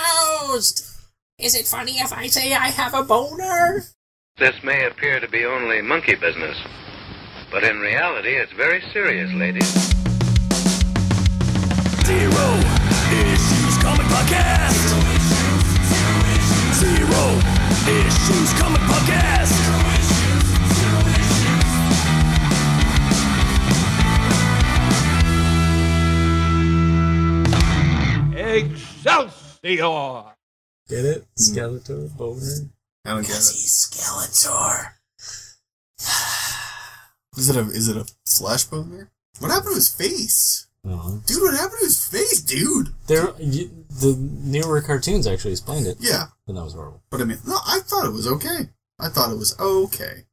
aroused. Is it funny if I say I have a boner? This may appear to be only monkey business, but in reality, it's very serious, ladies. Zero Issues Comic Podcast. Zero Issues Comic Podcast. Excelsior! Get it? Skeletor, boner. I don't get it. Skeletor. Is it a is it a flesh boner? What happened to his face, Uh-huh. dude? What happened to his face, dude? There, you, the newer cartoons actually explained it, Yeah, and that was horrible. but I mean, no, I thought it was okay. I thought it was okay.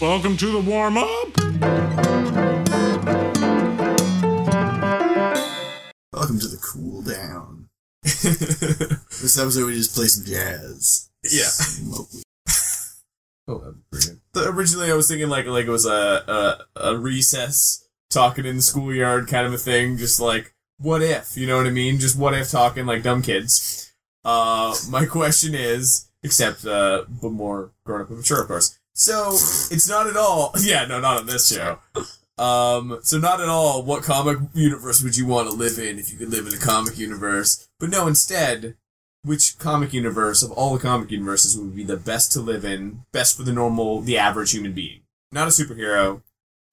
Welcome to the warm up. Welcome to the cool down. this episode, we just play some jazz. Yeah. Remotely. Oh, that'd be pretty good. So originally, I was thinking like like it was a, a a recess talking in the schoolyard kind of a thing, just like what if you know what I mean? Just what if talking like dumb kids. Uh, my question is, except uh, but more grown up and mature, of course. So it's not at all. Yeah, no, not on this show. Um, so not at all. What comic universe would you want to live in if you could live in a comic universe? But no, instead, which comic universe of all the comic universes would be the best to live in, best for the normal, the average human being? Not a superhero,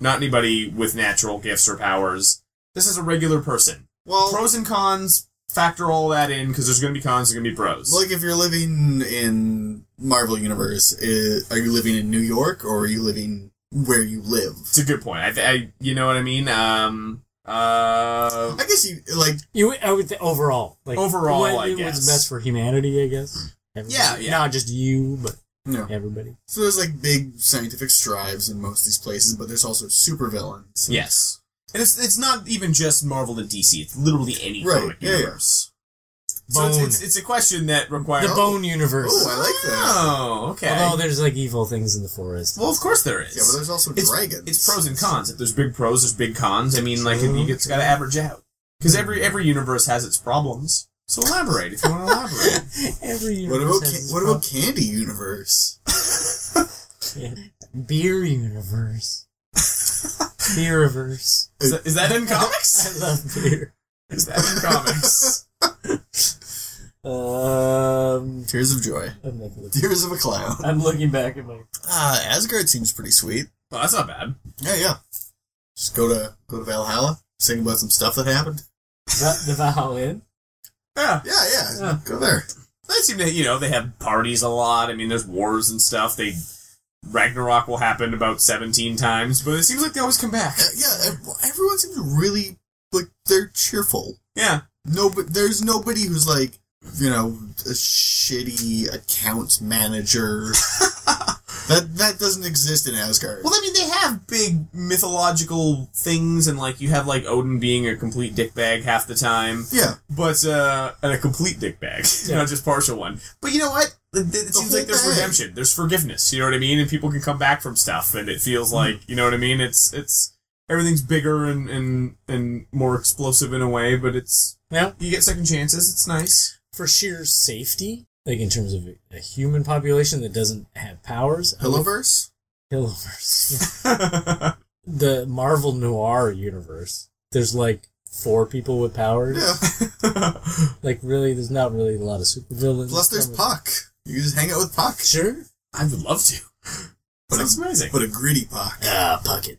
not anybody with natural gifts or powers. This is a regular person. Well, Pros and cons, factor all that in because there's going to be cons, there's going to be pros. like if you're living in Marvel Universe, i are you living in New York or are you living where you live? it's a good point. I, I, you know what I mean. Um, uh, I guess you like You, I would th- overall, like Overall, what, I guess. what's best for humanity, I guess. Everybody. yeah. Not just you, but no. everybody. So there's like big scientific strives in most of these places, but there's also supervillains. yes. And it's it's not even just Marvel and DC. It's literally any Right, comic yeah, yeah. universe. So Bone, it's, it's, it's a question that requires the Bone universe. Oh, I like that. Oh, okay. Although there's like evil things in the forest. well, of course there is. Yeah, but there's also it's, dragons. It's pros and cons. If there's big pros, there's big cons. I mean, like, it- it's got to average out because every every universe has its problems. So elaborate if you want to elaborate. Every What universe about ca- has its what about Candy Universe? own- beer universe? Beeriverse. Is that, is that in I comics? love beer. Is that in comics? Um, Tears of Joy, I'm, not looking, Tears of a Clown. I'm looking back at my. Ah, Asgard seems pretty sweet. Well, that's not bad. Yeah, yeah. Just go to go to Valhalla, sing about some stuff that happened. The, the violin. Yeah. Yeah, yeah. Yeah. Go there. They seem to, you know, they have parties a lot. I mean, there's wars and stuff. They Ragnarok will happen about 17 times, but it seems like they always come back. Uh, yeah, ev- everyone seems really like they're cheerful. Yeah. No, but there's nobody who's like you know a shitty account manager. that that doesn't exist in Asgard. Well, I mean, they have big mythological things, and like you have like Odin being a complete dickbag half the time, yeah, but uh, and a complete dickbag, Yeah. not just partial one. But you know what? It, it seems whole like there's bag. redemption, there's forgiveness. You know what I mean? And people can come back from stuff, and it Hmm. feels like you know what I mean. It's it's everything's bigger and and and more explosive in a way, but it's Yeah. you get second chances. It's nice. For sheer safety, like in terms of a human population that doesn't have powers. I would- Pillowverse. Pillowverse. yeah, the Marvel Noir universe. There's like four people with powers. Yeah. Like really, there's not really a lot of supervillains. Plus, there's coming- Puck. You can just hang out with Puck, Sure. I would love to. But That's a- amazing. but a gritty Puck. Ah, Puckett.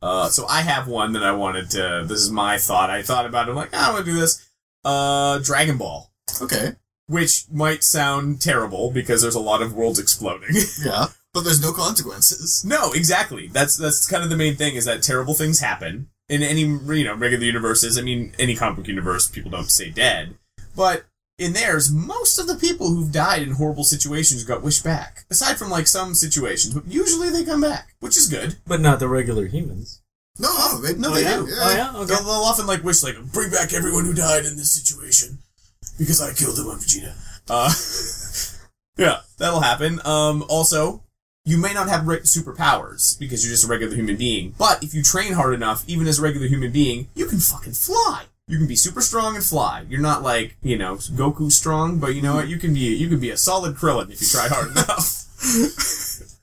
Uh, so I have one that I wanted to. This is my thought. I thought about it. I'm like, "Ah, I want to do this. Uh, Dragon Ball, Okay. which might sound terrible because there's a lot of worlds exploding. Yeah. But there's no consequences. no, exactly. That's that's kind of the main thing is that terrible things happen in any you know regular universes. I mean, any comic book universe, people don't stay dead, but in theirs, most of the people who've died in horrible situations got wished back. Aside from like some situations, but usually they come back, which is good. But not the regular humans. No, no, they, no, Oh, they yeah. do. Yeah. Oh yeah. Okay. They'll, they'll often like wish like bring back everyone who died in this situation because I killed them on Vegeta. Uh, yeah, that'll happen. Um, also, you may not have re- superpowers because you're just a regular human being, but if you train hard enough, even as a regular human being, you can fucking fly. You can be super strong and fly. You're not like you know Goku strong, but you know what? You can be you can be a solid Krillin if you try hard enough,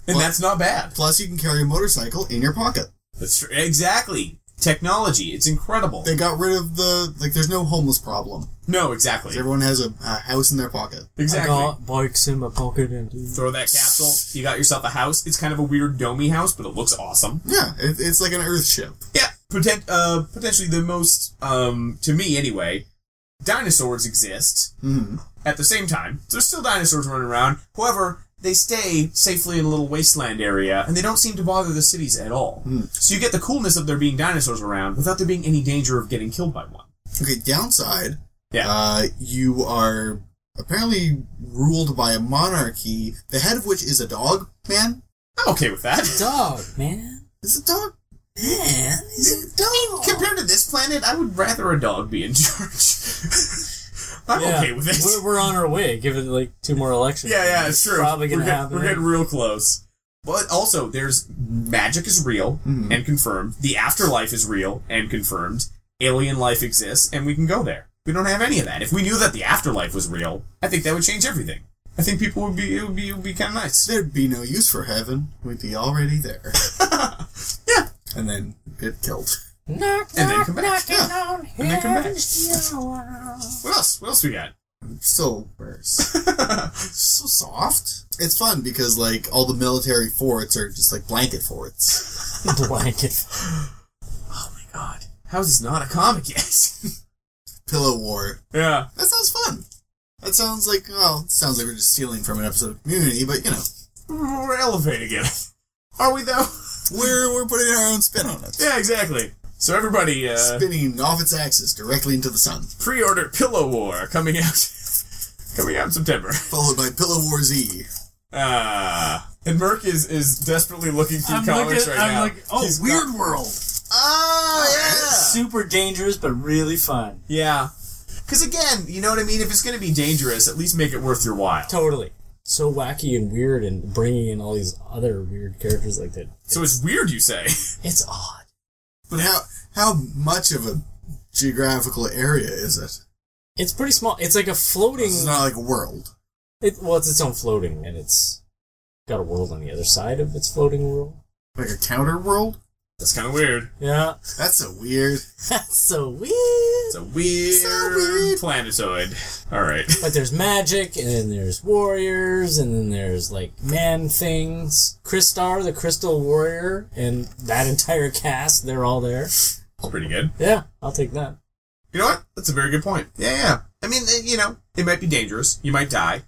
and that's not bad. Plus, you can carry a motorcycle in your pocket. That's tr- exactly technology. It's incredible. They got rid of the like. There's no homeless problem. No, exactly, Everyone has a, a house in their pocket. exactly. I got bikes in my pocket and oh, Throw that capsule. You got yourself a house. It's kind of a weird domey house, but it looks awesome. Yeah, it, it's like an Earth ship. Yeah, potent, uh, potentially the most, um, to me anyway, dinosaurs exist Mhm. at the same time. There's still dinosaurs running around. However, they stay safely in a little wasteland area, and they don't seem to bother the cities at all. So you get the coolness of there being dinosaurs around without there being any danger of getting killed by one. Okay, downside. Yeah. Uh, you are apparently ruled by a monarchy, the head of which is a dog man. I'm okay with that. dog man. Is a dog Man, he's a dog. Compared to this planet, I would rather a dog be in charge. I'm Yeah, okay with it. We're, we're on our way, given like two more elections. Yeah, yeah, it's true. Probably gonna we're, get- happen. we're getting real close. But also, there's magic is real and confirmed. The afterlife is real and confirmed. Alien life exists, and we can go there. We don't have any of that. If we knew that the afterlife was real, I think that would change everything. I think people would be it would be it would be kind of nice. There'd be no use for heaven. We'd be already there. Yeah. And then get killed. Knock, And then knock, come back. knocking on And then come back. heaven's door. What else? What else we got? So worse. so soft. It's fun because like all the military forts are just like blanket forts. blanket. Oh my god! How is this not a comic yet? Pillow war. yeah. That sounds fun. That sounds like oh, it sounds like we're just stealing from an episode of Community, but you know, We're elevating it. Are we though? we're we're putting our own spin on it. Yeah, exactly. So everybody, uh, Spinning off its axis directly into the sun, pre-order Pillow War coming out coming out in September. followed by Pillow War Z. Uh, and Merc is is desperately looking through comics right now. oh, He's weird got- world. Ah, yeah. Super dangerous, but really fun. Yeah. Because again, you know what I mean. If it's going to be dangerous, at least make it worth your while. Totally. So wacky and weird, and bringing in all these other weird characters like that. So it's weird, you say? It's odd. But how how much of a geographical area is it? It's pretty small. It's like a floating. It's not like a world. It, well, it's its own floating, and it's got a world on the other side of its floating world. Like a counter world? That's kind of weird. Yeah, That's so weird. that's so weird. It's a weird, So weird. planetoid. All right. But there's magic, and then there's warriors, and then there's like man things. Kristar, the Crystal Warrior, and that entire cast—they're all there. Pretty good. Yeah, I'll take that. You know what? That's a very good point. Yeah, yeah. I mean, eh, you know, it might be dangerous. You might die,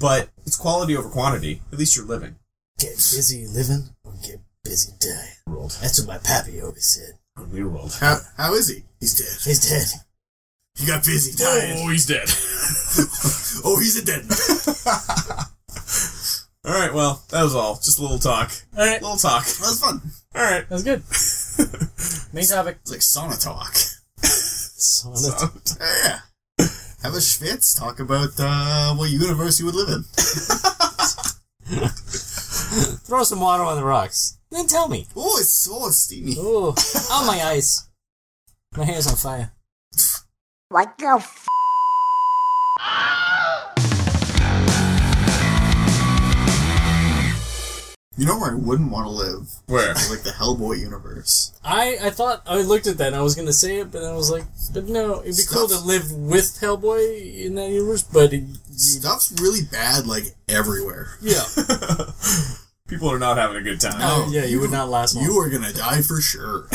but it's quality over quantity. At least you're living. Get busy living or get busy dying. World. That's what my pappy always said. Weird world. How, how is he? He's dead. He's dead. He got busy Oh, he's dead. Oh, he's a dead man. All right, well, that was all. Just a little talk. All right, Little talk. That was fun. All right. that's good. Main topic. It's like sauna talk. Sonnet. Yeah. Have a schwitz. Talk about uh, what universe you would live in. Throw some water on the rocks. Then tell me. Oh, it's so steamy. Oh, on my eyes. My hair's on fire. What the f- You know where I wouldn't want to live? Where? Like the Hellboy universe. I, I thought I looked at that and I was gonna say it, but then I was like, but no, it'd be cool to Stuff. live with Hellboy in that universe. But it, Stuff's really bad, like everywhere. yeah, People are not having a good time. Oh, yeah, you would not last long. You are gonna die for sure.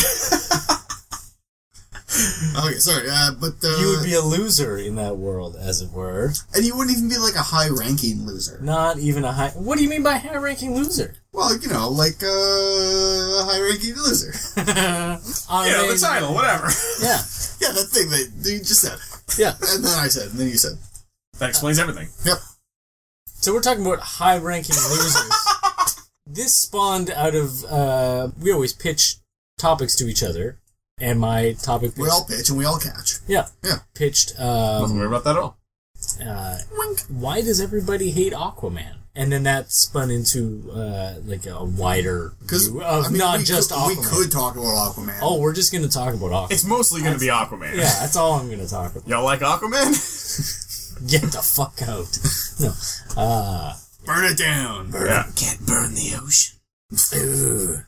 okay, sorry, uh, but uh, you would be a loser in that world, as it were. and you wouldn't even be like a high-ranking loser. Not even a high. What do you mean by high-ranking loser? Well, you know, like uh, a high-ranking loser. I You know, mean, the title, whatever. Yeah, yeah, that thing that you just said, yeah. and then I said, and then you said. that explains everything. Yep. So we're talking about high-ranking losers. this spawned out of uh, we always pitch topics to each other, and my topic We all pitch and we all catch. yeah Yeah. pitched Don't um, worry about that at all. uh, why does everybody hate Aquaman? and then that spun into uh, like a wider Because view of uh, not we just could, Aquaman. we could talk about Aquaman. Oh, we're just gonna talk about Aquaman. It's mostly going to be Aquaman. yeah, that's all I'm gonna talk about. Y'all like Aquaman? Get the fuck out. No. Uh, burn it down. Yeah. Can't burn the ocean. Ugh.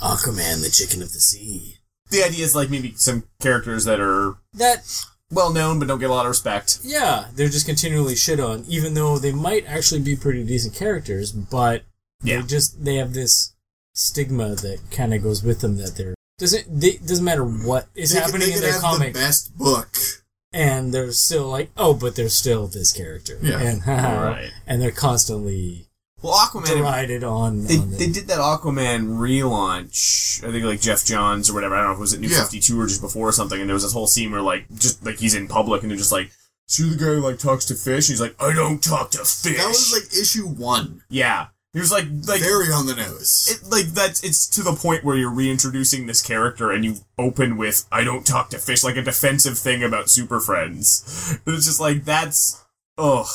Aquaman, the chicken of the sea. The idea is like maybe some characters that are That, well known but don't get a lot of respect. yeah, they're just continually shit on, even though they might actually be pretty decent characters, but Yeah. they just, they have this stigma that kind of goes with them that they're, doesn't, they, doesn't matter what is They could- happening they in could their have comic, the best book. and they're still like, oh, but they're still this character. Yeah. And, Right. and they're constantly Well, Aquaman. derided on, They, on the- they did that Aquaman relaunch. I think like Jeff Johns or whatever. I don't know if it was at New Yeah. Fifty Two or just before or something. And there was this whole scene where like just like he's in public and they're just like, see the guy who, like talks to fish. He's like, I don't talk to fish. That was like issue one. yeah. He was like like Very on the nose. it, like that's it's to the point where you're reintroducing this character and you open with I don't talk to fish like a defensive thing about super friends. And it's just like that's oh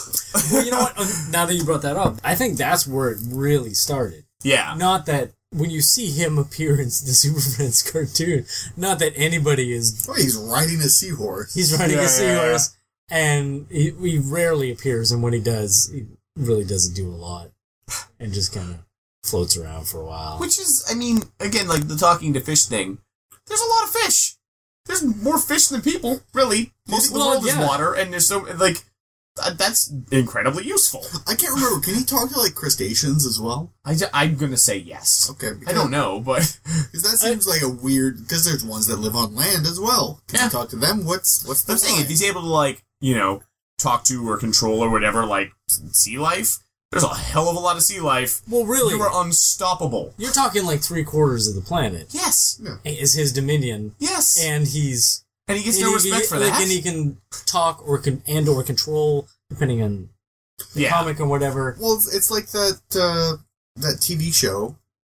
Well, you know what? Um, Now that you brought that up, I think that's where it really started. yeah. Not that when you see him appear in the Super Friends cartoon, not that anybody is Oh, he's riding a seahorse. he's riding Yeah, a yeah, seahorse, and he, he rarely appears, and when he does, he really doesn't do a lot, and just kind of floats around for a while. Which is I mean again like the talking to fish thing. There's a lot of fish. There's more fish than people really. Most of the Well, world yeah. is water and there's so like th- that's incredibly useful. I can't remember. Can he talk to like crustaceans as well? I ju- I'm gonna say yes. Okay, I don't know, but Because that seems like a weird. Because there's ones that live on land as well. Can Yeah. you talk to them? What's what's the I'm saying if line? he's able to like you know talk to or control or whatever like s- sea life, there's a hell of a lot of sea life. well, really, You are unstoppable. you're talking like three quarters of the planet Yes, is his dominion, yes, and, and he's he gets and no he- respect for like, that. and he can talk or can and or control depending on yeah, comic or whatever. Well, it's, it's like that uh, that TV show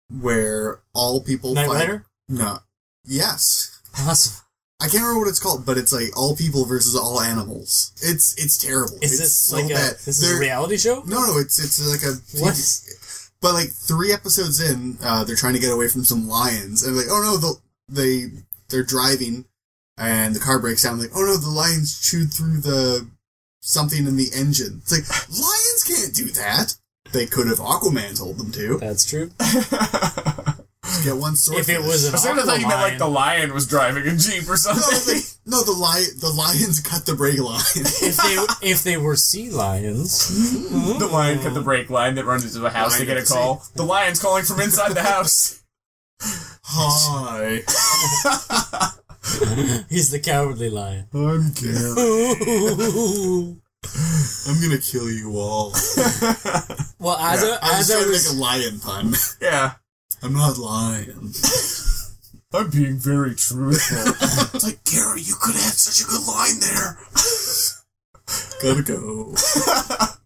where all people Knight fight. Rider? No. Yes. Awesome. I can't remember what it's called, but it's like all people versus all animals. It's it's terrible. Is it's this so like bad. a this is They're- a reality show? No, no, it's it's like a What? But like three episodes in, uh, they're trying to get away from some lions, and like, oh no, the, they they're driving, and the car breaks down. Like, oh no, the lions chewed through the something in the engine. It's like lions can't do that. They could have Aquaman told them to That's true. Just get one sword. If it was an I sort of thought you meant like Aquaman, the lion was driving a jeep or no, something. it's like, no, the lion the lions cut the brake line. if they if they were sea lions, the lion cut the brake line that runs into a house. Lion they get at a sea. call. The lion's calling from inside the house. Hi, he's the cowardly lion. I'm Gary. well, I'm gonna kill you all. as Yeah, I, I as was I trying to make a was lion pun. yeah, I'm not lying. I'm being very truthful. It's like, Gary, you could have such a good line there. Gotta go.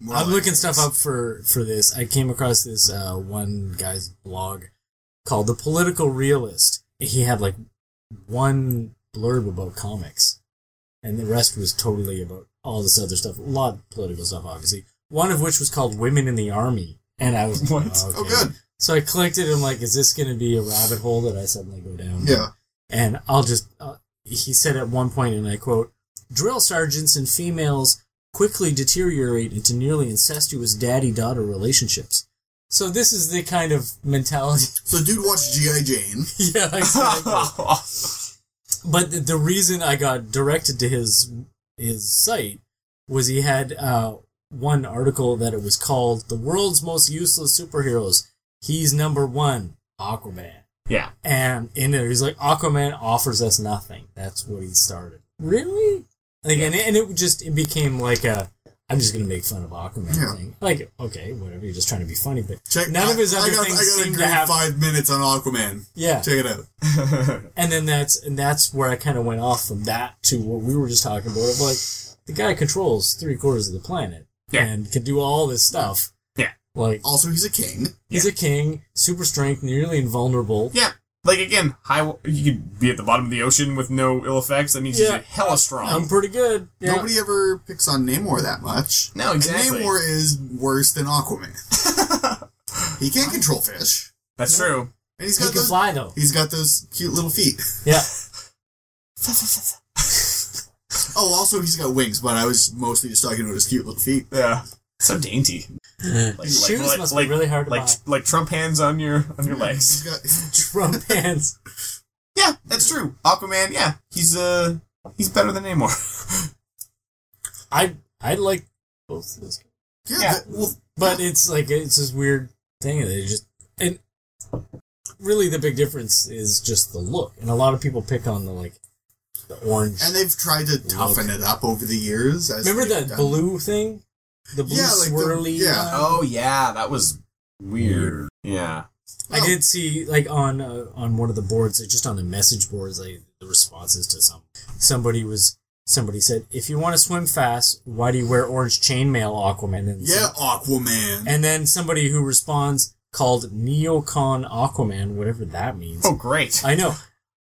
More I'm like- looking stuff up for for this. I came across this uh, one guy's blog called "The Political Realist." He had like one blurb about comics, and the rest was totally about all this other stuff. A lot of political stuff, obviously. One of which was called "Women in the Army," and I was What? like, Oh, Oh, okay. good. So I clicked it. and I'm like, is this going to be a rabbit hole that I suddenly go down? Yeah. and I'll just. Uh, he said at one point, and I quote: "Drill sergeants and females quickly deteriorate into nearly incestuous daddy-daughter relationships." So this is the kind of mentality. So, dude watched G.I. Jane. yeah, exactly. but the, the reason I got directed to his his site was he had uh, one article that it was called "The World's Most Useless Superheroes." He's number one, Aquaman. yeah. And in there, he's like, Aquaman offers us nothing. That's what he started. Really? Like, and, and it just it became like a, I'm just gonna make fun of Aquaman Yeah. thing. Like, okay, whatever. You're just trying to be funny, but Check, none of his I- other I got, things I got a seem to great have. five minutes on Aquaman. Yeah. Check it out. And then that's and that's where I kind of went off from that to what we were just talking about. Of like, the guy controls three quarters of the planet Yeah. and can do all this stuff. Yeah. Like Also, he's a king. he's a king, super strength, nearly invulnerable. Yeah. Like again, high. You could be at the bottom of the ocean with no ill effects. That means Yeah. he's hella strong. I'm pretty good. Yeah. Nobody ever picks on Namor that much. No, exactly. And Namor is worse than Aquaman. he can't control fish, That's true. and he's he got can those. fly though. He's got those cute little feet. Yeah. Oh, also he's got wings, but I was mostly just talking about his cute little feet. Yeah. So dainty. Like, like, Shoes like, must like, be really hard to like, buy. like Trump hands on your on your He's legs. got Trump hands. Yeah, that's true. Aquaman. Yeah, he's uh he's better than Namor. I I like both of those. yeah. Yeah. that- well, But it's like it's this weird thing that it just and really the big difference is just the look. And a lot of people pick on the like the orange. and they've tried to toughen it up over the years. As Remember they've done- that blue thing, the blue Yeah, like the- swirly. yeah. uh, one? Oh yeah, that was weird. Yeah. I Oh, did see like on uh, on one of the boards, like, just on the message boards, like the responses to some somebody was somebody said, "If you want to swim fast, why do you wear orange chainmail, Aquaman?" And Yeah, Aquaman. and then somebody who responds called neocon Aquaman, whatever that means. Oh great. I know.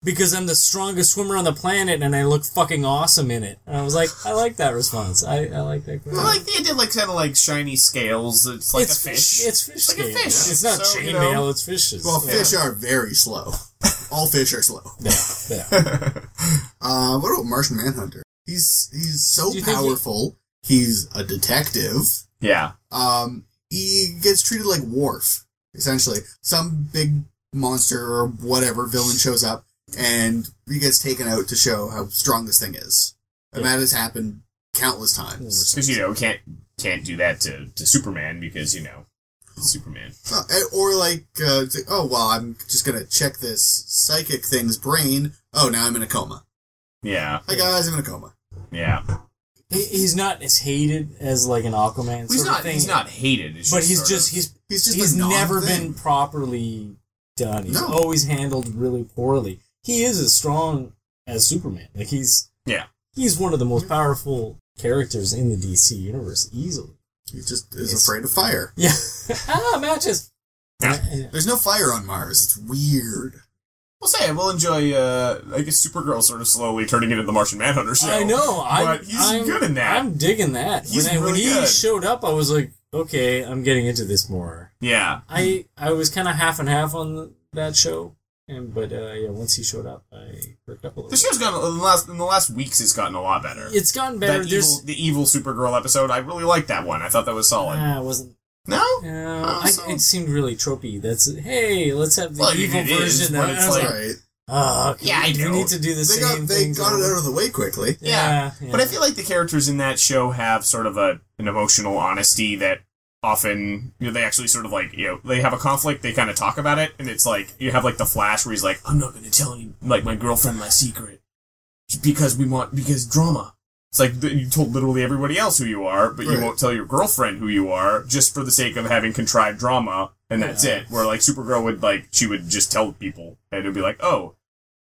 Because I'm the strongest swimmer on the planet and I look fucking awesome in it. And I was like, I like that response. I, I like that. I like the idea, like kind of like shiny scales. It's like it's a fish. It's fish. Like a scale. fish. It's not So, you chainmail, know. it's fishes. well, fish are very slow. All fish are slow. Yeah, yeah. Uh, what about Martian Manhunter? He's he's so Do you think he- powerful. He's a detective. yeah. um, he gets treated like Worf, essentially. Some big monster or whatever villain shows up, and he gets taken out to show how strong this thing is. And that has happened countless times. Because you know we can't can't do that to, to Superman because you know it's Superman. Uh, or like, uh, it's like, oh well, I'm just gonna check this psychic thing's brain. Oh, now I'm in a coma. Yeah. Hi guys, I'm in a coma. Yeah. He, he's not as hated as like an Aquaman. he's sort not. Of thing, He's not hated. It's But he's sort just, of- he's, He's just he's a non never thing. been properly done. He's No. always handled really poorly. He is as strong as Superman. Like, he's, Yeah. he's one of the most powerful characters in the DC universe, easily. He just is afraid of fire. Yeah. ah, matches. Yeah. There's no fire on Mars. It's weird. We'll say we'll enjoy. Uh, I guess Supergirl sort of slowly turning into the Martian Manhunter. Show. I know. I'm, but he's I'm- good in that. I'm digging that. He's when I, when really he good. showed up, I was like, okay, I'm getting into this more. Yeah. I I was kind of half and half on that show, and but uh, yeah, once he showed up, I perked up a The little. show's gotten in the last in the last weeks. It's gotten a lot better. It's gotten better. that There's evil, the evil Supergirl episode. I really liked that one. I thought that was solid. ah, it wasn't. no. Uh, I, so- it seemed really tropey. That's hey, let's have the Well, evil it is, version. but and I it's was like- like, Right. oh, okay, Yeah, I we know. need to do the They same got they thing. got it out of the way quickly. Yeah. Yeah, But I yeah. feel like the characters in that show have sort of a an emotional honesty that often you know they actually sort of like you know they have a conflict they kind of talk about it and it's like you have like the flash where he's like I'm not going to tell any like my girlfriend my secret because we want because drama. It's like th- you told literally everybody else who you are, but you Right. won't tell your girlfriend who you are just for the sake of having contrived drama and that's it. Where like Supergirl would like she would just tell people and it'd be like, "Oh,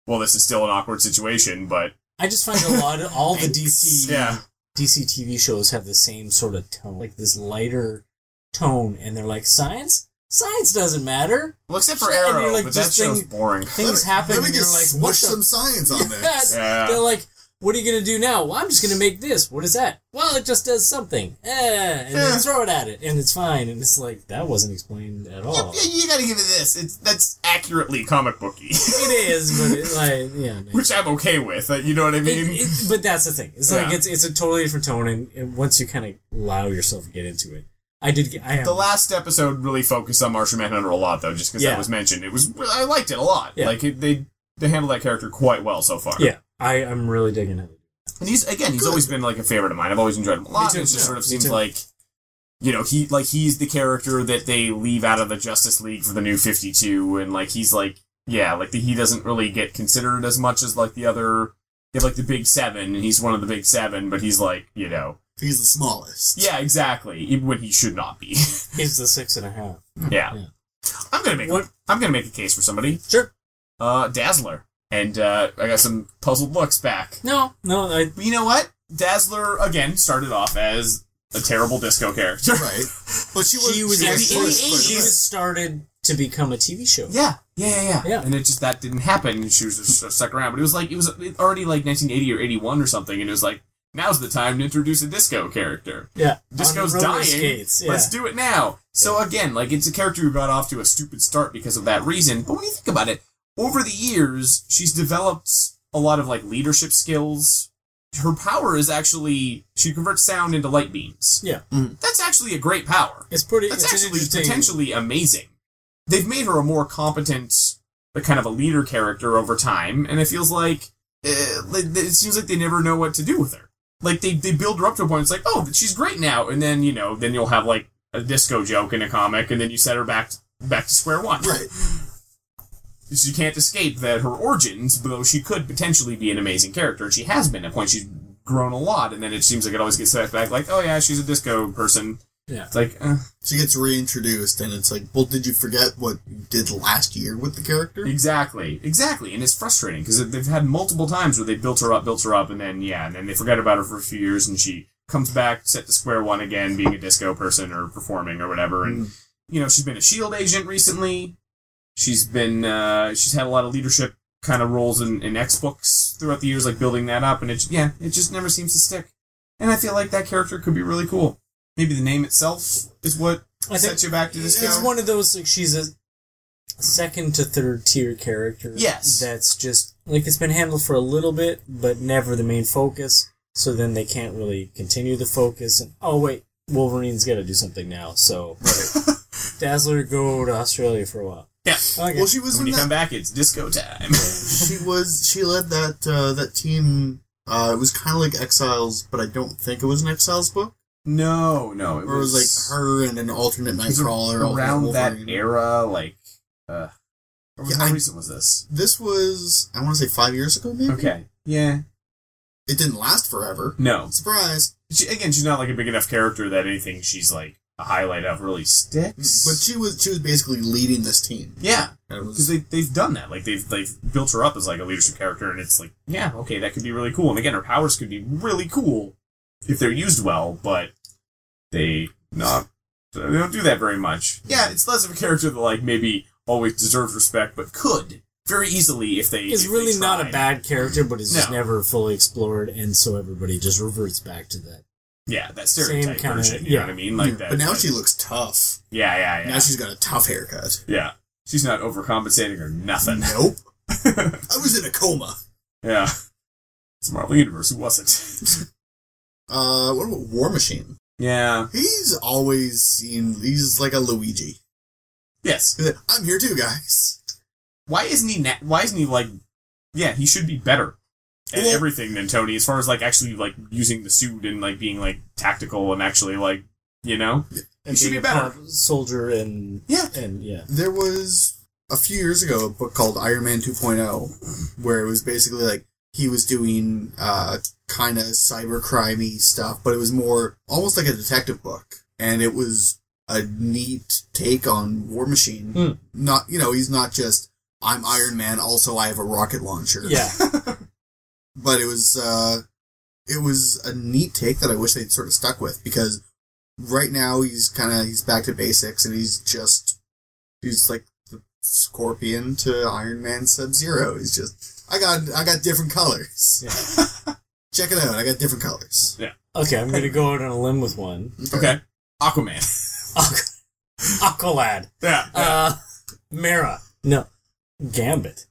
well this is still an awkward situation, but I just find a lot of all the DC yeah, DC TV shows have the same sort of tone, like this lighter tone, and they're like, science? Science doesn't matter. Well, except for Yeah, and Arrow, you're like, but that just show's think- boring. Things Let me- happen, Let me and you're just like, what smush the? some science on this. Yes. Yeah. They're like, what are you gonna do now? Well, I'm just gonna make this. What is that? Well, it just does something. Eh, and Yeah. then throw it at it, and it's fine. And it's like that wasn't explained at all. Yeah, you gotta give it this. It's that's accurately comic booky, It is, but it, like, yeah. no. which I'm okay with. uh, You know what I It- mean? it- but that's the thing. It's Yeah. like it's it's a totally different tone, and, and once you kind of allow yourself to get into it, I did. get- I am the last episode really focused on Martian Manhunter a lot, though, just because Yeah. that was mentioned. It was I liked it a lot. Yeah. Like it, they they handled that character quite well so far. Yeah, I I'm really digging it. and he's again he's always been like a favorite of mine. I've always enjoyed him a lot. too, It just yeah, sort of me seems too. like. You know, he like he's the character that they leave out of the Justice League for the new Fifty Two, and like he's like yeah, like the, he doesn't really get considered as much as like the other. You have like the Big Seven, and he's one of the Big Seven, but he's like you know He's the smallest. yeah, exactly, even when he should not be. He's the six and a half. yeah. Yeah. I'm gonna make What- I'm gonna make a case for somebody. Sure. Uh, Dazzler, and uh, I got some puzzled looks back. No, no, I, But you know what? Dazzler again started off as a terrible disco character. Right. But she was, she was she actually pushed for she this. was started to become a TV show. Yeah, yeah, yeah, yeah. Yeah. And it just that didn't happen, and she was just sort of stuck around. But it was like it was already like 1980 or 81 or something, and it was like now's the time to introduce a disco character. Yeah, Disco's On roller dying. skates, yeah. Let's do it now. So again, like it's a character who got off to a stupid start because of that reason. But when you think about it, over the years, she's developed a lot of like leadership skills. Her power is actually she converts sound into light beams. Yeah. Mhm. That's actually a great power. It's pretty. That's it's an actually interesting- potentially amazing. They've made her a more competent, uh, kind of a leader character over time, and it feels like uh, like, it seems like they never know what to do with her. Like they they build her up to a point. It's like, oh, she's great now, and then you know, then you'll have like a disco joke in a comic, and then you set her back back to square one. Right. She can't escape that her origins, though she could potentially be an amazing character, and she has been at points. She's grown a lot, and then it seems like it always gets set back. Like, oh yeah, she's a disco person. Yeah. It's like. Uh, She gets reintroduced, and it's like, well, did you forget what you did last year with the character? Exactly, exactly, and it's frustrating because they've had multiple times where they built her up, built her up, and then yeah, and then they forget about her for a few years, and she comes back set to square one again, being a disco person or performing or whatever. Mm. And you know, she's been a Shield E agent recently. She's been uh, she's had a lot of leadership kind of roles in, in X books throughout the years, like building that up, and it yeah, it just never seems to stick. And I feel like that character could be really cool. Maybe the name itself is what I think sets you back to this. it's guy. one of those like she's a second to third tier character. Yes. that's just like it's been handled for a little bit, but never the main focus. So then they can't really continue the focus. And oh wait, Wolverine's got to do something now. So Dazzler go to Australia for a while. yeah. Okay. Well, she was When in you come that. back, it's disco time. She was. She led that uh, that team. Uh, it was kind of like Exiles, but I don't think it was an Exiles book. No, no, it Or it was, was like her and an alternate it was Nightcrawler alternate around that Wolverine. era. Like, uh, or was Yeah, how I- recent was this? This was I want to say five years ago, maybe. Okay, yeah, It didn't last forever. no. Surprise! She, again, she's not like a big enough character that anything she's like a highlight of really sticks. But she was she was basically leading this team. yeah, And it was- because they they've done that. Like they've they've built her up as like a leadership character, and it's like, yeah, okay, that could be really cool. And again, her powers could be really cool if they're used well, but they not they don't do that very much. Yeah, it's less of a character that like maybe always deserves respect, but could very easily if they It's if they really not a tried. bad character, but it's just No. never fully explored, and so everybody just reverts back to that. yeah that stereotype Same kinda- version. You yeah. know what I mean? Like that. but now like- she looks tough. yeah yeah yeah Now she's got a tough haircut. yeah. She's not overcompensating or nothing. Nope. I was in a coma. yeah, it's Marvel Universe. Who wasn't? Uh, what about War Machine? Yeah. He's always seen. He's like a Luigi. Yes. He's like, I'm here too, guys. why isn't he na- why isn't he like yeah he should be better at Well- everything than tony as far as like actually like using the suit and like being like tactical and actually like you know And should being be a better. cop- soldier and Yeah. and yeah, There was a few years ago a book called Iron Man 2.0, where it was basically like he was doing uh kind of cybercrimey stuff, but it was more almost like a detective book, and it was a neat take on War Machine. Hmm. Not you know he's not just I'm Iron Man. Also, I have a rocket launcher. yeah. but it was uh, it was a neat take that I wish they'd sort of stuck with because right now he's kind of he's back to basics and he's just he's like the Scorpion to Iron Man Sub Zero. He's just I got I got different colors. Check it out, I got different colors. Okay, I'm gonna go out on a limb with one. okay aquaman Aqualad. yeah Uh, Mara. No, Gambit.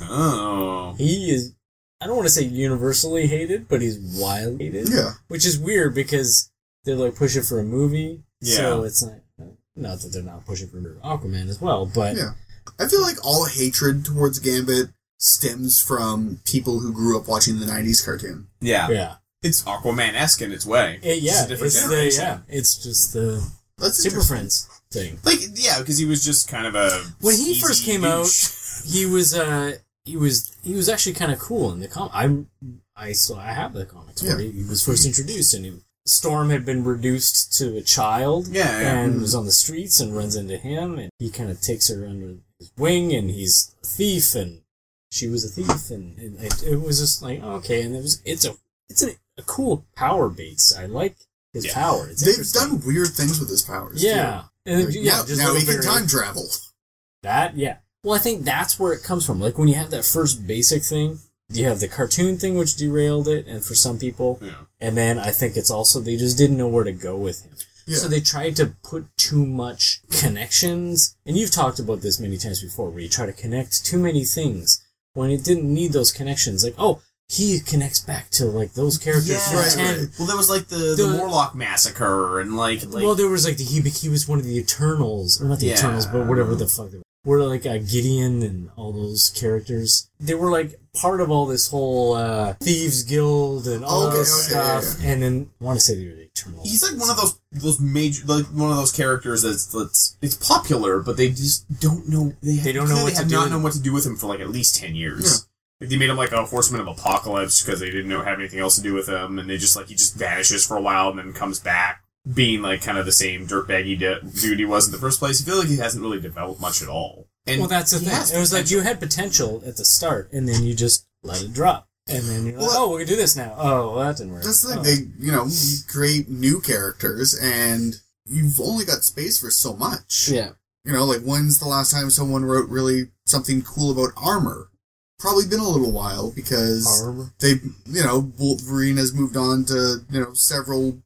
oh He is. I don't want to say universally hated, but he's wild hated, Yeah, which is weird because they're like pushing for a movie. So Yeah. it's like not that they're not pushing for Aquaman as well, but Yeah. I feel like all hatred towards Gambit stems from people who grew up watching the '90s cartoon. yeah yeah, it's aquaman-esque in its way It- It's yeah, a different it's the, generation. yeah, it's just the That's Super interesting. Friends thing. like yeah because he was just kind of a When he easy first came douche. He was uh he was he was actually kind of cool in the comic. I'm I saw I have the comics where he, he was first introduced and he, Storm had been reduced to a child yeah, yeah. and was on the streets and runs into him and he kind of takes her under his wing and he's a thief and she was a thief and, and it, it was just like okay and it was it's a it's a, a cool power base. I like his Yeah. power. It's They've interesting. done weird things with his powers. too. yeah. And Like, yeah, now, just now little he can very- time travel. That, yeah. Well, I think that's where it comes from. Like when you have that first basic thing, you have the cartoon thing which derailed it, and for some people, Yeah. and then I think it's also they just didn't know where to go with him. Yeah. So they tried to put too much connections, and you've talked about this many times before, where you try to connect too many things when it didn't need those connections. Like, oh, he connects back to like those characters from right, ten. right. Well, there was like the, The- the Morlock massacre and like, like well, there was like the, he he was one of the Eternals, or not the Yeah. Eternals, but whatever the fuck they were. Were like uh, Gideon and all those characters. They were like part of all this whole uh, thieves guild and all Okay, this okay, yeah, stuff. And then I want to say they were the Eternals. he's like one of those those major like one of those characters that's that's it's popular, but they just don't know they, have, They don't know what have to do not with known what to do with him for like at least ten years. Like they made him like a horseman of apocalypse because they didn't know have anything else to do with him, and they just like he just vanishes for a while and then comes back being like kind of the same dirtbaggy de- dude he was in the first place. I feel like he hasn't really developed much at all. And well, that's the he thing. has It was like you had potential at the start, and then you just let it drop. And then you're like, Well, oh, we're gonna do this now. Oh, well, that didn't work. That's the thing. Oh. They, you know, you create new characters, and you've only got space for so much. yeah. You know, like when's the last time someone wrote really something cool about armor? Probably been a little while because Arm. they, you know, Wolverine has moved on to you know several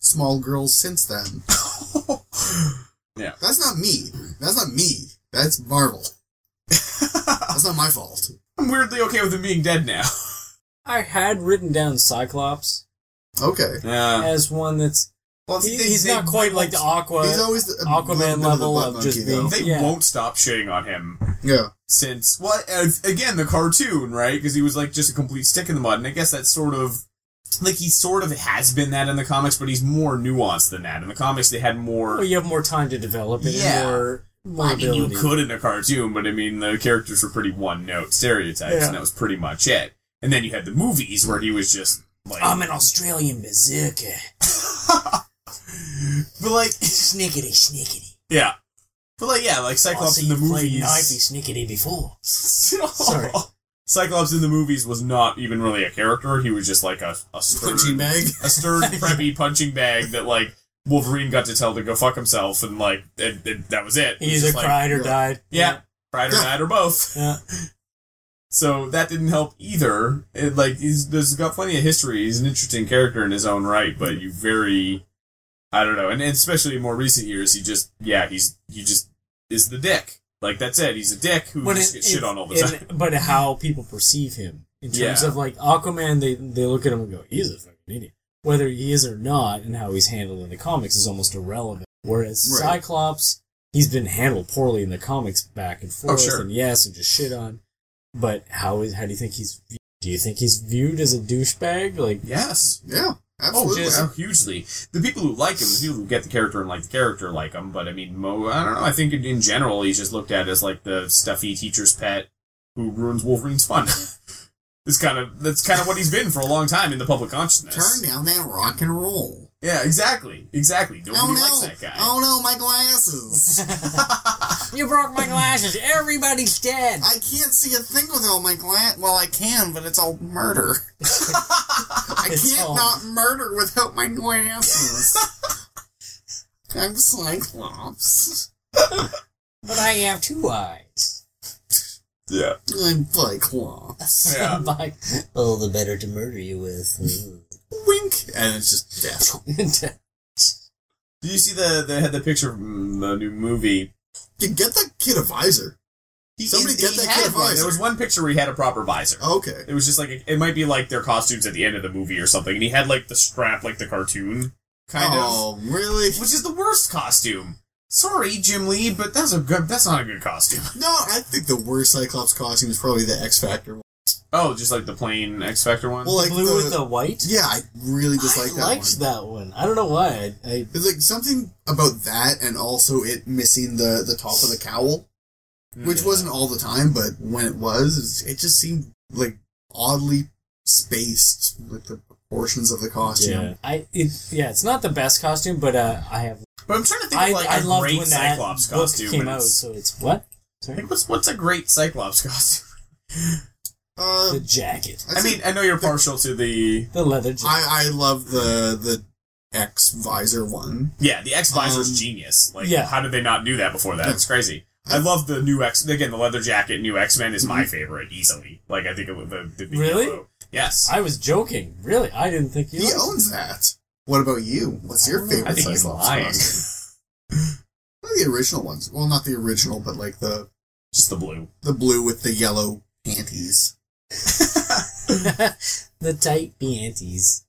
small girls since then. Yeah. that's not me. That's not me. That's Marvel. That's not my fault. I'm weirdly okay with him being dead now. I had written down Cyclops Okay, Yeah. as one that's Well, he- he's not quite like the Aqua. he's always the, a Aquaman little bit level butt of just though. They Yeah. won't stop shitting on him yeah. since well uh, again the cartoon right because he was like just a complete stick in the mud and i guess that's sort of like he sort of has been that in the comics but he's more nuanced than that in the comics they had more Well, you have more time to develop it. Yeah. And more, more I mean, you ability. could in a cartoon but i mean the characters were pretty one note stereotypes Yeah. and that was pretty much it and then you had the movies where he was just like I'm an Australian bazooka. but like Snickety, snickety. yeah but like yeah Oh, like cyclops in the movies snickety before. Sorry. Cyclops in the movies was not even really a character. He was just like a, a stern, Punching bag. a stern, preppy punching bag that like Wolverine got to tell to go fuck himself, and like and, and that was it. He It was either just like, cried or yeah. died. yeah, cried or died or both. Yeah. So that didn't help either. It, like he's there's got plenty of history. He's an interesting character in his own right, but you very, I don't know, and, and especially in more recent years, he just yeah he's he just is the dick. Like that's it. He's a dick who But just in- gets shit in- on all the in- time. But how people perceive him in terms Yeah. of like Aquaman, they they look at him and go, "He's a fucking idiot." Whether he is or not, and how he's handled in the comics is almost irrelevant. Whereas Right. Cyclops, he's been handled poorly in the comics, back and forth, Oh, sure. and yes, and just shit on. But how is how do you think he's? viewed? Do you think he's viewed as a douchebag? Like Yes. Yeah, Oh, absolutely. just hugely. The people who like him, the people who get the character and like the character like him, but I mean, Mo, I don't know. I think in, in general, he's just looked at as like the stuffy teacher's pet who ruins Wolverine's fun. it's kind of that's kind of what he's been for a long time in the public consciousness. Turn down that rock and roll. Yeah, exactly, exactly. Nobody Oh likes no! that guy. Oh no! My glasses. you broke my glasses. Everybody's dead. I can't see a thing without my glass. Well, I can, but it's all murder. I It's can't all- not murder without my glasses. I'm Cyclops. But I have two eyes. Yeah, I'm Cyclops. yeah. Like, oh, the better to murder you with. Wink, and it's just death. Do you see the they had the picture from the new movie? You get that kid a visor. He, Somebody he- get he that had kid a one. There visor. was one picture where he had a proper visor. Okay. It was just like it might be like their costumes at the end of the movie or something, and he had like the strap like the cartoon kind oh, really? of, which is the worst costume. Sorry, Jim Lee, but that's a good. That's not a good costume. No, I think the worst Cyclops costume is probably the X Factor one. Oh, just like the plain X Factor one. Well, like Blue the, with the white? yeah, I really dislike I that one. liked that one. I don't know why. I, I It's like something about that, and also it missing the the top of the cowl, Mm. which wasn't all the time, but when it was, it just seemed like oddly spaced, like the proportions of the costume. yeah. I it yeah. It's not the best costume, but uh, I have. but I'm trying to think I of like I a loved great when that Cyclops book costume. came and out. it's- So it's what I think what's what's a great Cyclops costume? Uh, the jacket, I mean, I know you're partial to the the leather jacket. I I love the the X visor one. yeah the X Visor's Um, genius. Like, yeah. how did they not do that before that? It's crazy. I love the new X. Again, the leather jacket new X Men is my favorite easily. Like I think it was the, the big Mm-hmm. Really? yellow. Yes. I was joking. Really, I didn't think you. He liked owns that. What about you? What's your favorite? I think he's Cyclops lying. costume? Well, the original ones. Well, not the original, but like the Just the blue. the blue with the yellow panties. it. the tight panties.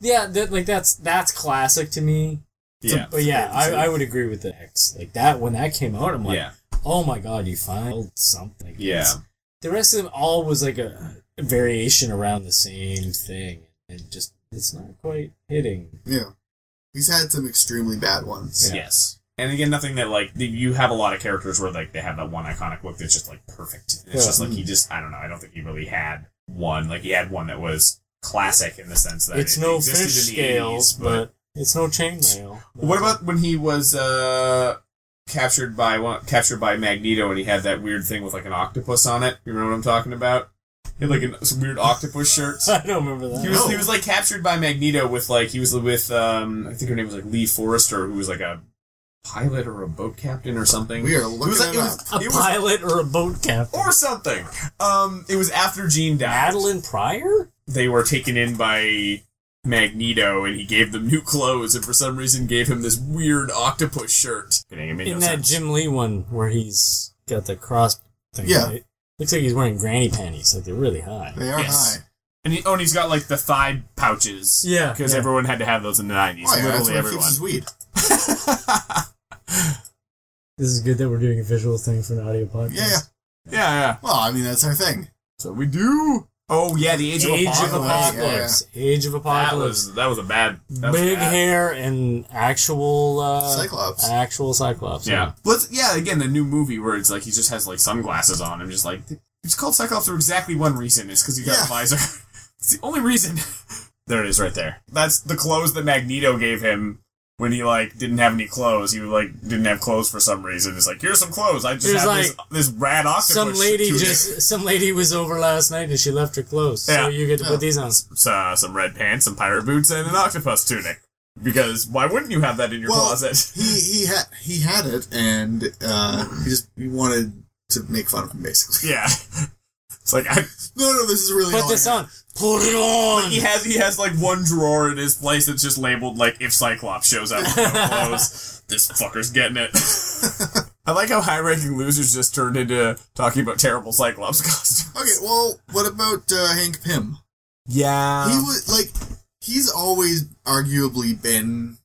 Yeah, that, like that's that's classic to me. Yeah. But yeah, I, I would agree with the X. Like that when that came out, I'm like, yeah. oh my god, you found something. Yeah. The rest of them all was like a variation around the same thing, and just it's not quite hitting. Yeah, he's had some extremely bad ones. Yeah. Yes. And again, nothing that like the, you have a lot of characters where like they have that one iconic look that's just like perfect. It's Yeah. Mm-hmm. just like he just I don't know. I don't think he really had one. Like he had one that was classic in the sense that it's it no existed fish in the 80s, scales, but, it's no chainmail. What about when he was uh, captured by one, captured by Magneto and he had that weird thing with like an octopus on it? You remember what I'm talking about? He had like an, some weird octopus shirt. I don't remember that. He was, he was like captured by Magneto with like he was with um I think her name was like Lee Forrester who was like a pilot or a boat captain or something. We are It was, looking it like- it was- a it was- pilot or a boat captain. or something. Um, it was after Jean died. Madeline Pryor? They were taken in by Magneto and he gave them new clothes and for some reason gave him this weird octopus shirt. It made no In that sense. Jim Lee one where he's got the cross thing. Yeah. right? Looks like he's wearing granny panties. Like they're really high. They are Yes. high. And he, oh, and he's got like the thigh pouches. Yeah, because yeah. everyone had to have those in the nineties. Oh, yeah, that's literally where he keeps everyone. his weed. This is good that we're doing a visual thing for an audio podcast. Yeah, yeah. yeah, yeah. Well, I mean that's our thing. So we do. Oh yeah, the Age, Age of of Apocalypse. Apocalypse. Age of That Apocalypse. was that was a bad that was Big bad. hair and actual uh, Cyclops. Actual Cyclops. Yeah, let's yeah again the new movie where it's like he just has like sunglasses on. I'm just like it's called Cyclops for exactly one reason. It's because he got a Yeah. visor. it's the only reason. there it is right there. That's the clothes that Magneto gave him when he like didn't have any clothes. He like didn't have clothes for some reason. It's like here's some clothes. I just There's, have this, this rad octopus. Some lady tunic. just some lady was over last night and she left her clothes. Yeah. So you get to put these on. uh, some red pants, some pirate boots, and an octopus tunic. Because why wouldn't you have that in your Well, closet? He he had he had it, and uh, he just he wanted to make fun of him basically. Yeah, it's like I, No, no, this is really. Put all this I have. on. Put it on. he has he has like one drawer in his place that's just labeled like if Cyclops shows up with no clothes, this fucker's getting it. I like how high-ranking losers just turned into talking about terrible Cyclops costumes. Okay, well, what about uh, Hank Pym? Yeah, he was like he's always arguably been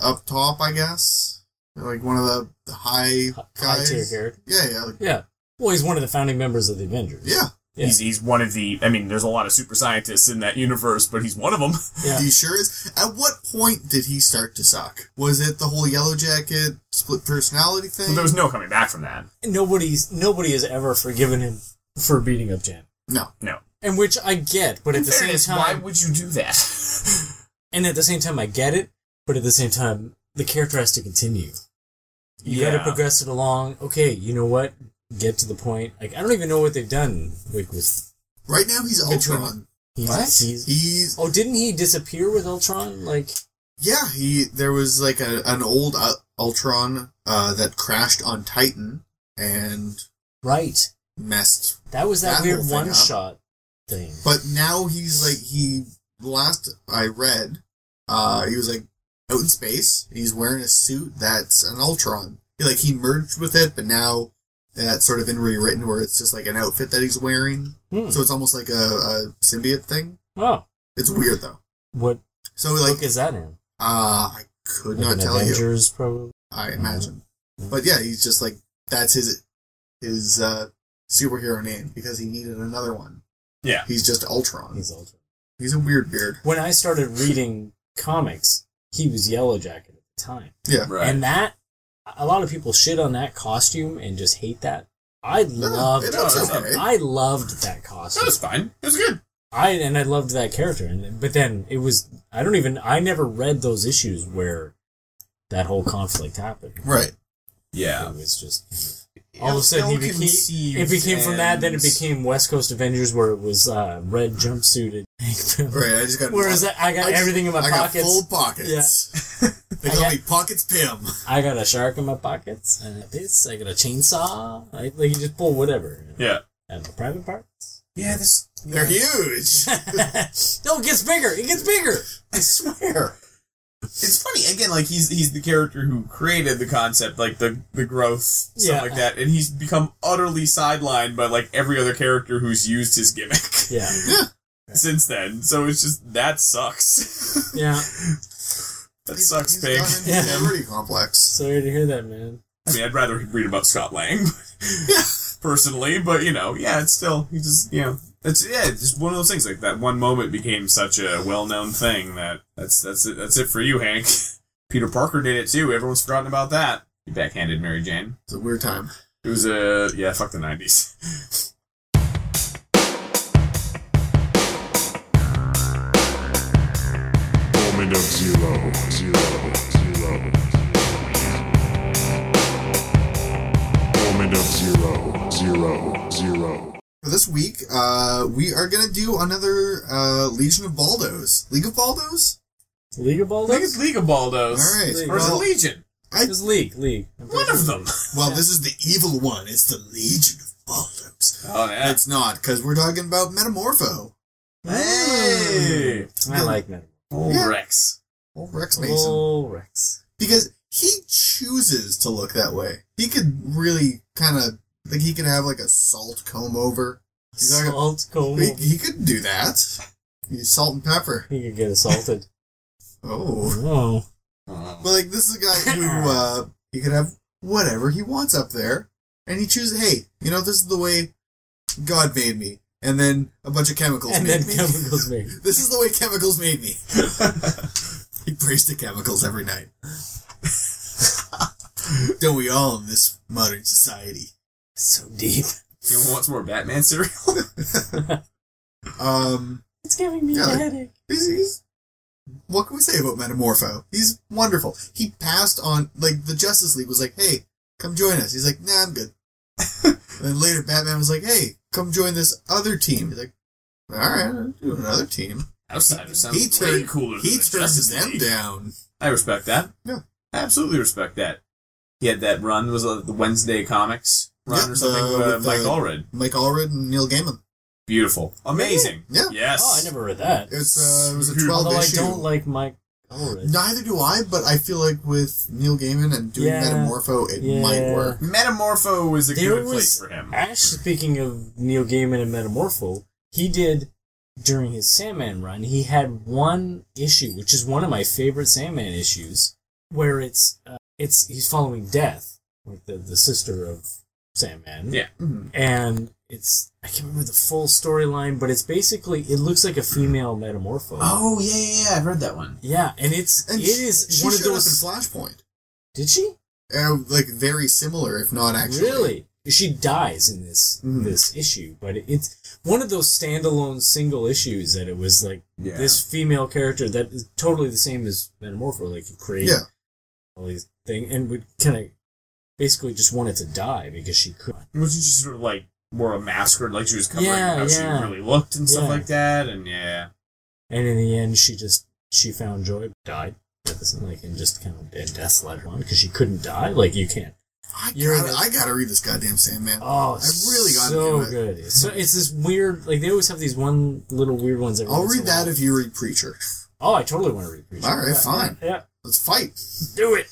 up top, I guess. Like one of the, the high High guys. tier character. Yeah, yeah, like, Yeah. Well, he's one of the founding members of the Avengers. yeah. he's he's one of the. I mean, there's a lot of super scientists in that universe, but he's one of them. Yeah. He sure is. At what point did he start to suck? Was it the whole yellow jacket split personality thing? there was no coming back from that. Nobody's nobody has ever forgiven him for beating up Jan. no. No, And which I get, but at the same Fairness, time why would you do that? and at the same time I get it, but at the same time the character has to continue. You yeah. gotta progress it along. Okay, you know what? Get to the point. Like I don't even know what they've done. Like with Right now he's Ultron. he's, he's- He's oh, didn't he disappear with Ultron? Like yeah. He there was like a, an old uh, Ultron uh, that crashed on Titan and right. messed That was that, That weird whole thing up. one shot thing. But now he's like he last I read, uh, he was like out in space. He's wearing a suit that's an Ultron. He, like he merged with it, but now that's sort of been rewritten where it's just like an outfit that he's wearing. Hmm. So it's almost like a, a symbiote thing. oh. It's weird though. What So like book is that in? uh I could Like not an Uh-huh. Hmm. tell you. Avengers probably. I imagine. But yeah, he's just like that's his his uh superhero name because he needed another one. Yeah. He's just Ultron. He's Ultron. He's a weird beard. When I started reading comics, he was Yellow Jacket at the time. Yeah. Right. And that a lot of people shit on that costume and just hate that. I loved it looks that. okay. I loved that That costume. was fine. It was good. I and I loved that character, and but then it was I don't even I never read those issues where that whole conflict happened. Right. Yeah. It was Um, just All of a sudden, he became, it ill-conceived became from that, then it and- became West Coast Avengers, where it was uh, red jumpsuited Hank Pym. Right, I just got. Whereas I, I got I just- everything in my I pockets. got full pockets. they I call got- me Pockets Pim. I got a shark in my pockets, and a piss. I got a chainsaw. I, like you just pull whatever. Yeah. And the private parts. Yeah, this. They're huge. no, it gets bigger. It gets bigger. I swear. It's funny again, like he's he's the character who created the concept, like the the growth stuff Yeah. like that, and he's become utterly sidelined by like every other character who's used his gimmick Yeah. since then. So it's just that sucks. Yeah. that sucks, He's pig. got an Yeah. Integrity complex. Sorry to hear that, man. I mean, I'd rather read about Scott Lang personally, but you know, yeah, it's still he just you know, it's yeah, it's just one of those things. Like that one moment became such a well-known thing that that's that's it, that's it for you, Hank. Peter Parker did it too. Everyone's forgotten about that. He backhanded Mary Jane. It's a weird time. It was a yeah, fuck the nineties. Moment of zero, zero, zero. Moment of zero, zero, zero. For this week, uh, we are gonna do another uh, Legion of Baldos. League of Baldos. League of I think Baldos? it's League of Baldos. All right. League. Or is it Well, Legion? It was League. League. I'm pretty One of sure. them. well, this is the evil one. It's the Legion of Baldos. Oh yeah. It's not because we're talking about Metamorpho. Hey. I like that. Old Yeah. Rex. Old Rex Mason. Oh, Rex. because he chooses to look that way. He could really kind of like he could have like a salt comb over. He's not gonna- Salt comb. He, he could do that. He's salt and pepper. He could get assaulted. Oh, Oh. Uh-huh. but like this is a guy who uh, he could have whatever he wants up there, and he chooses. Hey, you know this is the way God made me, and then a bunch of chemicals And made then me. chemicals made. this is the way chemicals made me. he prays to chemicals every night. Don't we all in this modern society? So deep. Anyone wants more Batman cereal? Um, It's giving me Yeah, a like- headache. he's, he's- what can we say about Metamorpho? He's wonderful. He passed on, like, the Justice League was like, hey, come join us. He's like, nah, I'm good. and then later, Batman was like, hey, come join this other team. He's like, all right, I'll do another team. Outsiders sounds He way turned, cooler. he than the Justice turns them League. down. I respect that. Yeah. I absolutely respect that. He had that run was it the Wednesday comics run Yeah, or something the- with, uh, with, Mike uh, Allred. Mike Allred and Neil Gaiman. Beautiful, amazing. Yeah. Yes. Oh, I never read that. It's, uh, it was a Dude, 12 Although I issue. Oh, don't like Mike Ulrich. Neither do I, but I feel like with Neil Gaiman and doing Yeah. Metamorpho, it Yeah. might work. Metamorpho was a There good was- place for him. Ash, speaking of Neil Gaiman and Metamorpho, he did during his Sandman run. He had one issue, which is one of my favorite Sandman issues, where it's uh, it's he's following Death, like the the sister of Sandman. Yeah. Mm-hmm. and it's I can't remember the full storyline, but it's basically it looks like a female Metamorpho. Oh yeah, yeah, yeah. I've read that one. Yeah, and it's And it is she one of showed up those. in Flashpoint. Did she Uh, like very similar, if not actually. Really? She dies in this Mhm. this issue, but it- it's one of those standalone single issues that it was like Yeah. this female character that is totally the same as Metamorpho, like you create Yeah. all these things, and would kind of basically just wanted to die because she could. Wasn't she sort of like wore a mask or like she was covering Yeah, how yeah. she really looked and stuff Yeah. like that? And yeah, And in the end, she just she found joy, died, like and just kind of and death led on because she couldn't die. Like you can't. I You're gotta, the- I gotta read this goddamn Sandman. Oh, I really got so into it. good. It's, so, it's this weird, like they always have these one little weird ones. Every I'll once in read a while. that if you read Preacher. Oh, I totally want to read Preacher. All right, Yeah, fine. Yeah, Let's fight. do it.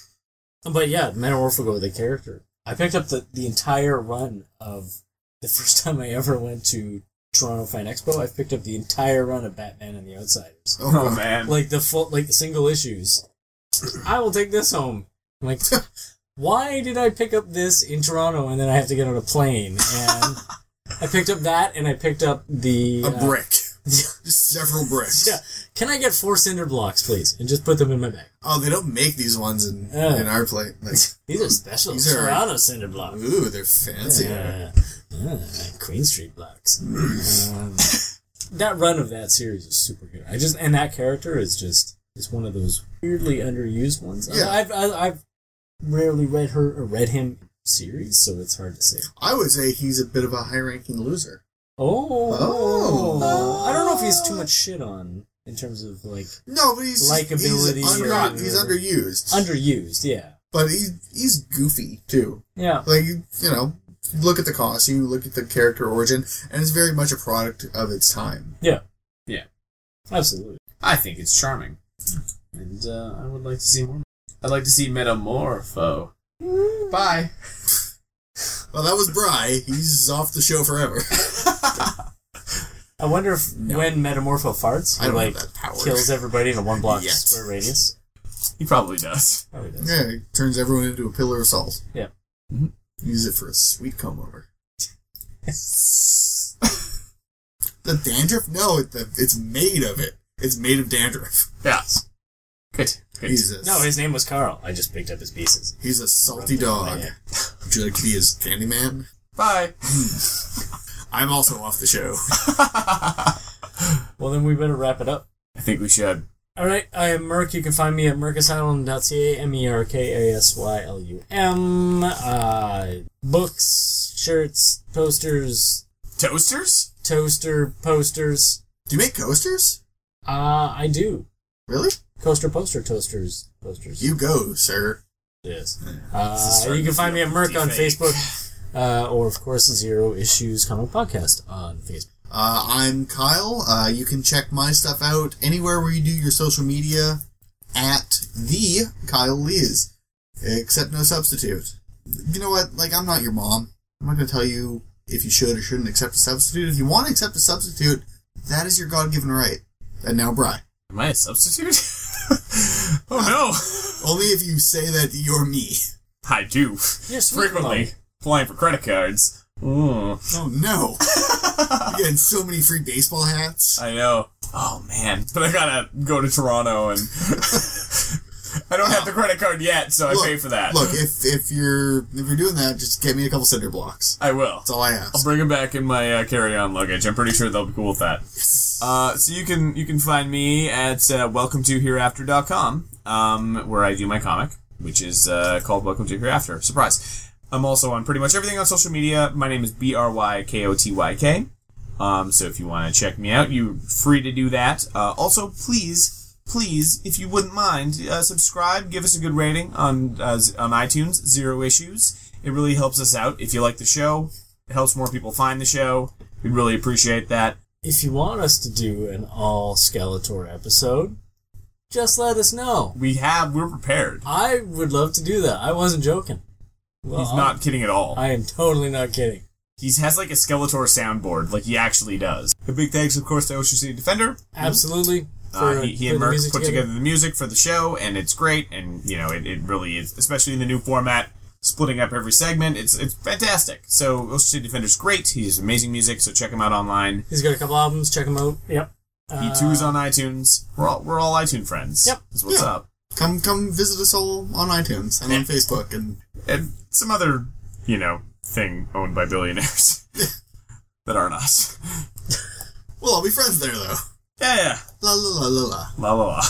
But yeah, Metamorpho, the character. I picked up the, the entire run of the first time I ever went to Toronto Fan Expo. I picked up the entire run of Batman and the Outsiders, Oh, oh God. man, like the full, like the single issues. I will take this home. I'm like, why did I pick up this in Toronto and then I have to get on a plane? And I picked up that, and I picked up the a uh, brick. Just several bricks. Yeah. Can I get four cinder blocks, please, and just put them in my bag? Oh, they don't make these ones in, Yeah. in our plate. Like, These are special These are- Toronto cinder blocks. ooh, they're fancy. Yeah. Yeah, Queen Street blocks. Mm. um, that run of that series is super good. I just and that character is just is one of those weirdly underused ones. Yeah. I've, I've I've rarely read her or read him series, so it's hard to say. I would say he's a bit of a high ranking loser. Oh, Oh. I don't know if he's too much shit on in terms of like No, but he's Likeability He's, or- under, he's underused, underused. Yeah, but he's he's goofy too. yeah. Like you you know, look at the cost, you look at the character origin, and it's very much a product of its time. Absolutely. I think it's charming, and uh, I would like to see more. I'd like to see Metamorpho. Mm. Bye. Well, that was Bry. He's off the show forever. I wonder if when Metamorpho farts, I he don't like have that power. kills everybody in a one block Yes. square radius. He probably does. Probably does. Yeah, he turns everyone into a pillar of salt. Mm-hmm. Yeah. Use it for a sweet comb over. the dandruff? No, it, the, it's made of it. It's made of dandruff. Yeah. Good. Good. He's a, No, his name was Carl. I just picked up his pieces. he's a salty dog. Yeah. Would you like to be his candy man? Bye. I'm also off the show. Well, then we better wrap it up. I think we should. All right, I am Merc. You can find me at mercasylum.ca, E M-E-R-K-A-S-Y-L-U-M. Uh, books, shirts, posters, Toasters? toaster posters. Do you make coasters? Uh, I do. Really? Coaster poster toasters. Posters. You go, sir. Yes. is Uh, starting you can to find me feel at Merc on pretty Facebook, uh, or of course Zero Issues Comic Podcast on Facebook. Uh, I'm Kyle. Uh, you can check my stuff out anywhere where you do your social media at the Kyle Lees, except no substitute. You know what? Like, I'm not your mom. I'm not going to tell you if you should or shouldn't accept a substitute. If you want to accept a substitute, that is your God given right. And now, Bry. Am I a substitute? oh Only if you say that you're me. no. I do. Yes, Frequently. Applying for credit cards. Mm, Ooh. Oh, no. You're getting so many free baseball hats. I know. Oh man. But I gotta go to Toronto and I don't have the credit card yet, so I pay for that. Look, if, if you're if you're doing that, just get me a couple cinder blocks. I will. That's all I ask. I'll bring them back in my uh, carry-on luggage. I'm pretty sure they'll be cool with that. Uh, so you can you can find me at uh, welcome to hereafter.com, um, where I do my comic, which is uh, called Welcome to Hereafter. Surprise! I'm also on pretty much everything on social media. My name is B R Y K O T Y K. Um, so if you want to check me out, you're free to do that. Uh, also, please, please, if you wouldn't mind, uh, subscribe, give us a good rating on uh, z- on iTunes. Zero issues. It really helps us out. If you like the show, it helps more people find the show. We really appreciate that. If you want us to do an all Skeletor episode, just let us know. We have we're prepared. I would love to do that. I wasn't joking. Well, He's not kidding at all. I am totally not kidding. He has like a Skeletor soundboard, like he actually does. A big thanks, of course, to Ocean City Defender. Absolutely. Hmm? Uh, he, he and putting Merck music put together. the music for the show, and it's great. And you know, it, it really is, especially in the new format, splitting up every segment. It's it's fantastic. So Ocean City Defender's great. He has amazing music. So check him out online. He's got a couple albums. Check them out. Yep. He two's on iTunes. We're all we're all iTunes friends. Uh, Yep. That's what's Yeah. up. Come come visit us all on iTunes and on Facebook and And some other you know thing owned by billionaires that aren't us. we'll all be friends there though. Yeah, yeah. La la la la la. La la la.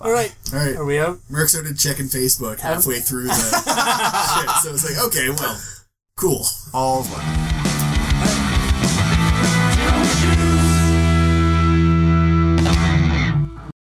All right. All Are right. we out? Merck started checking Facebook halfway through the shit, so it's like, okay, well, cool. All of them.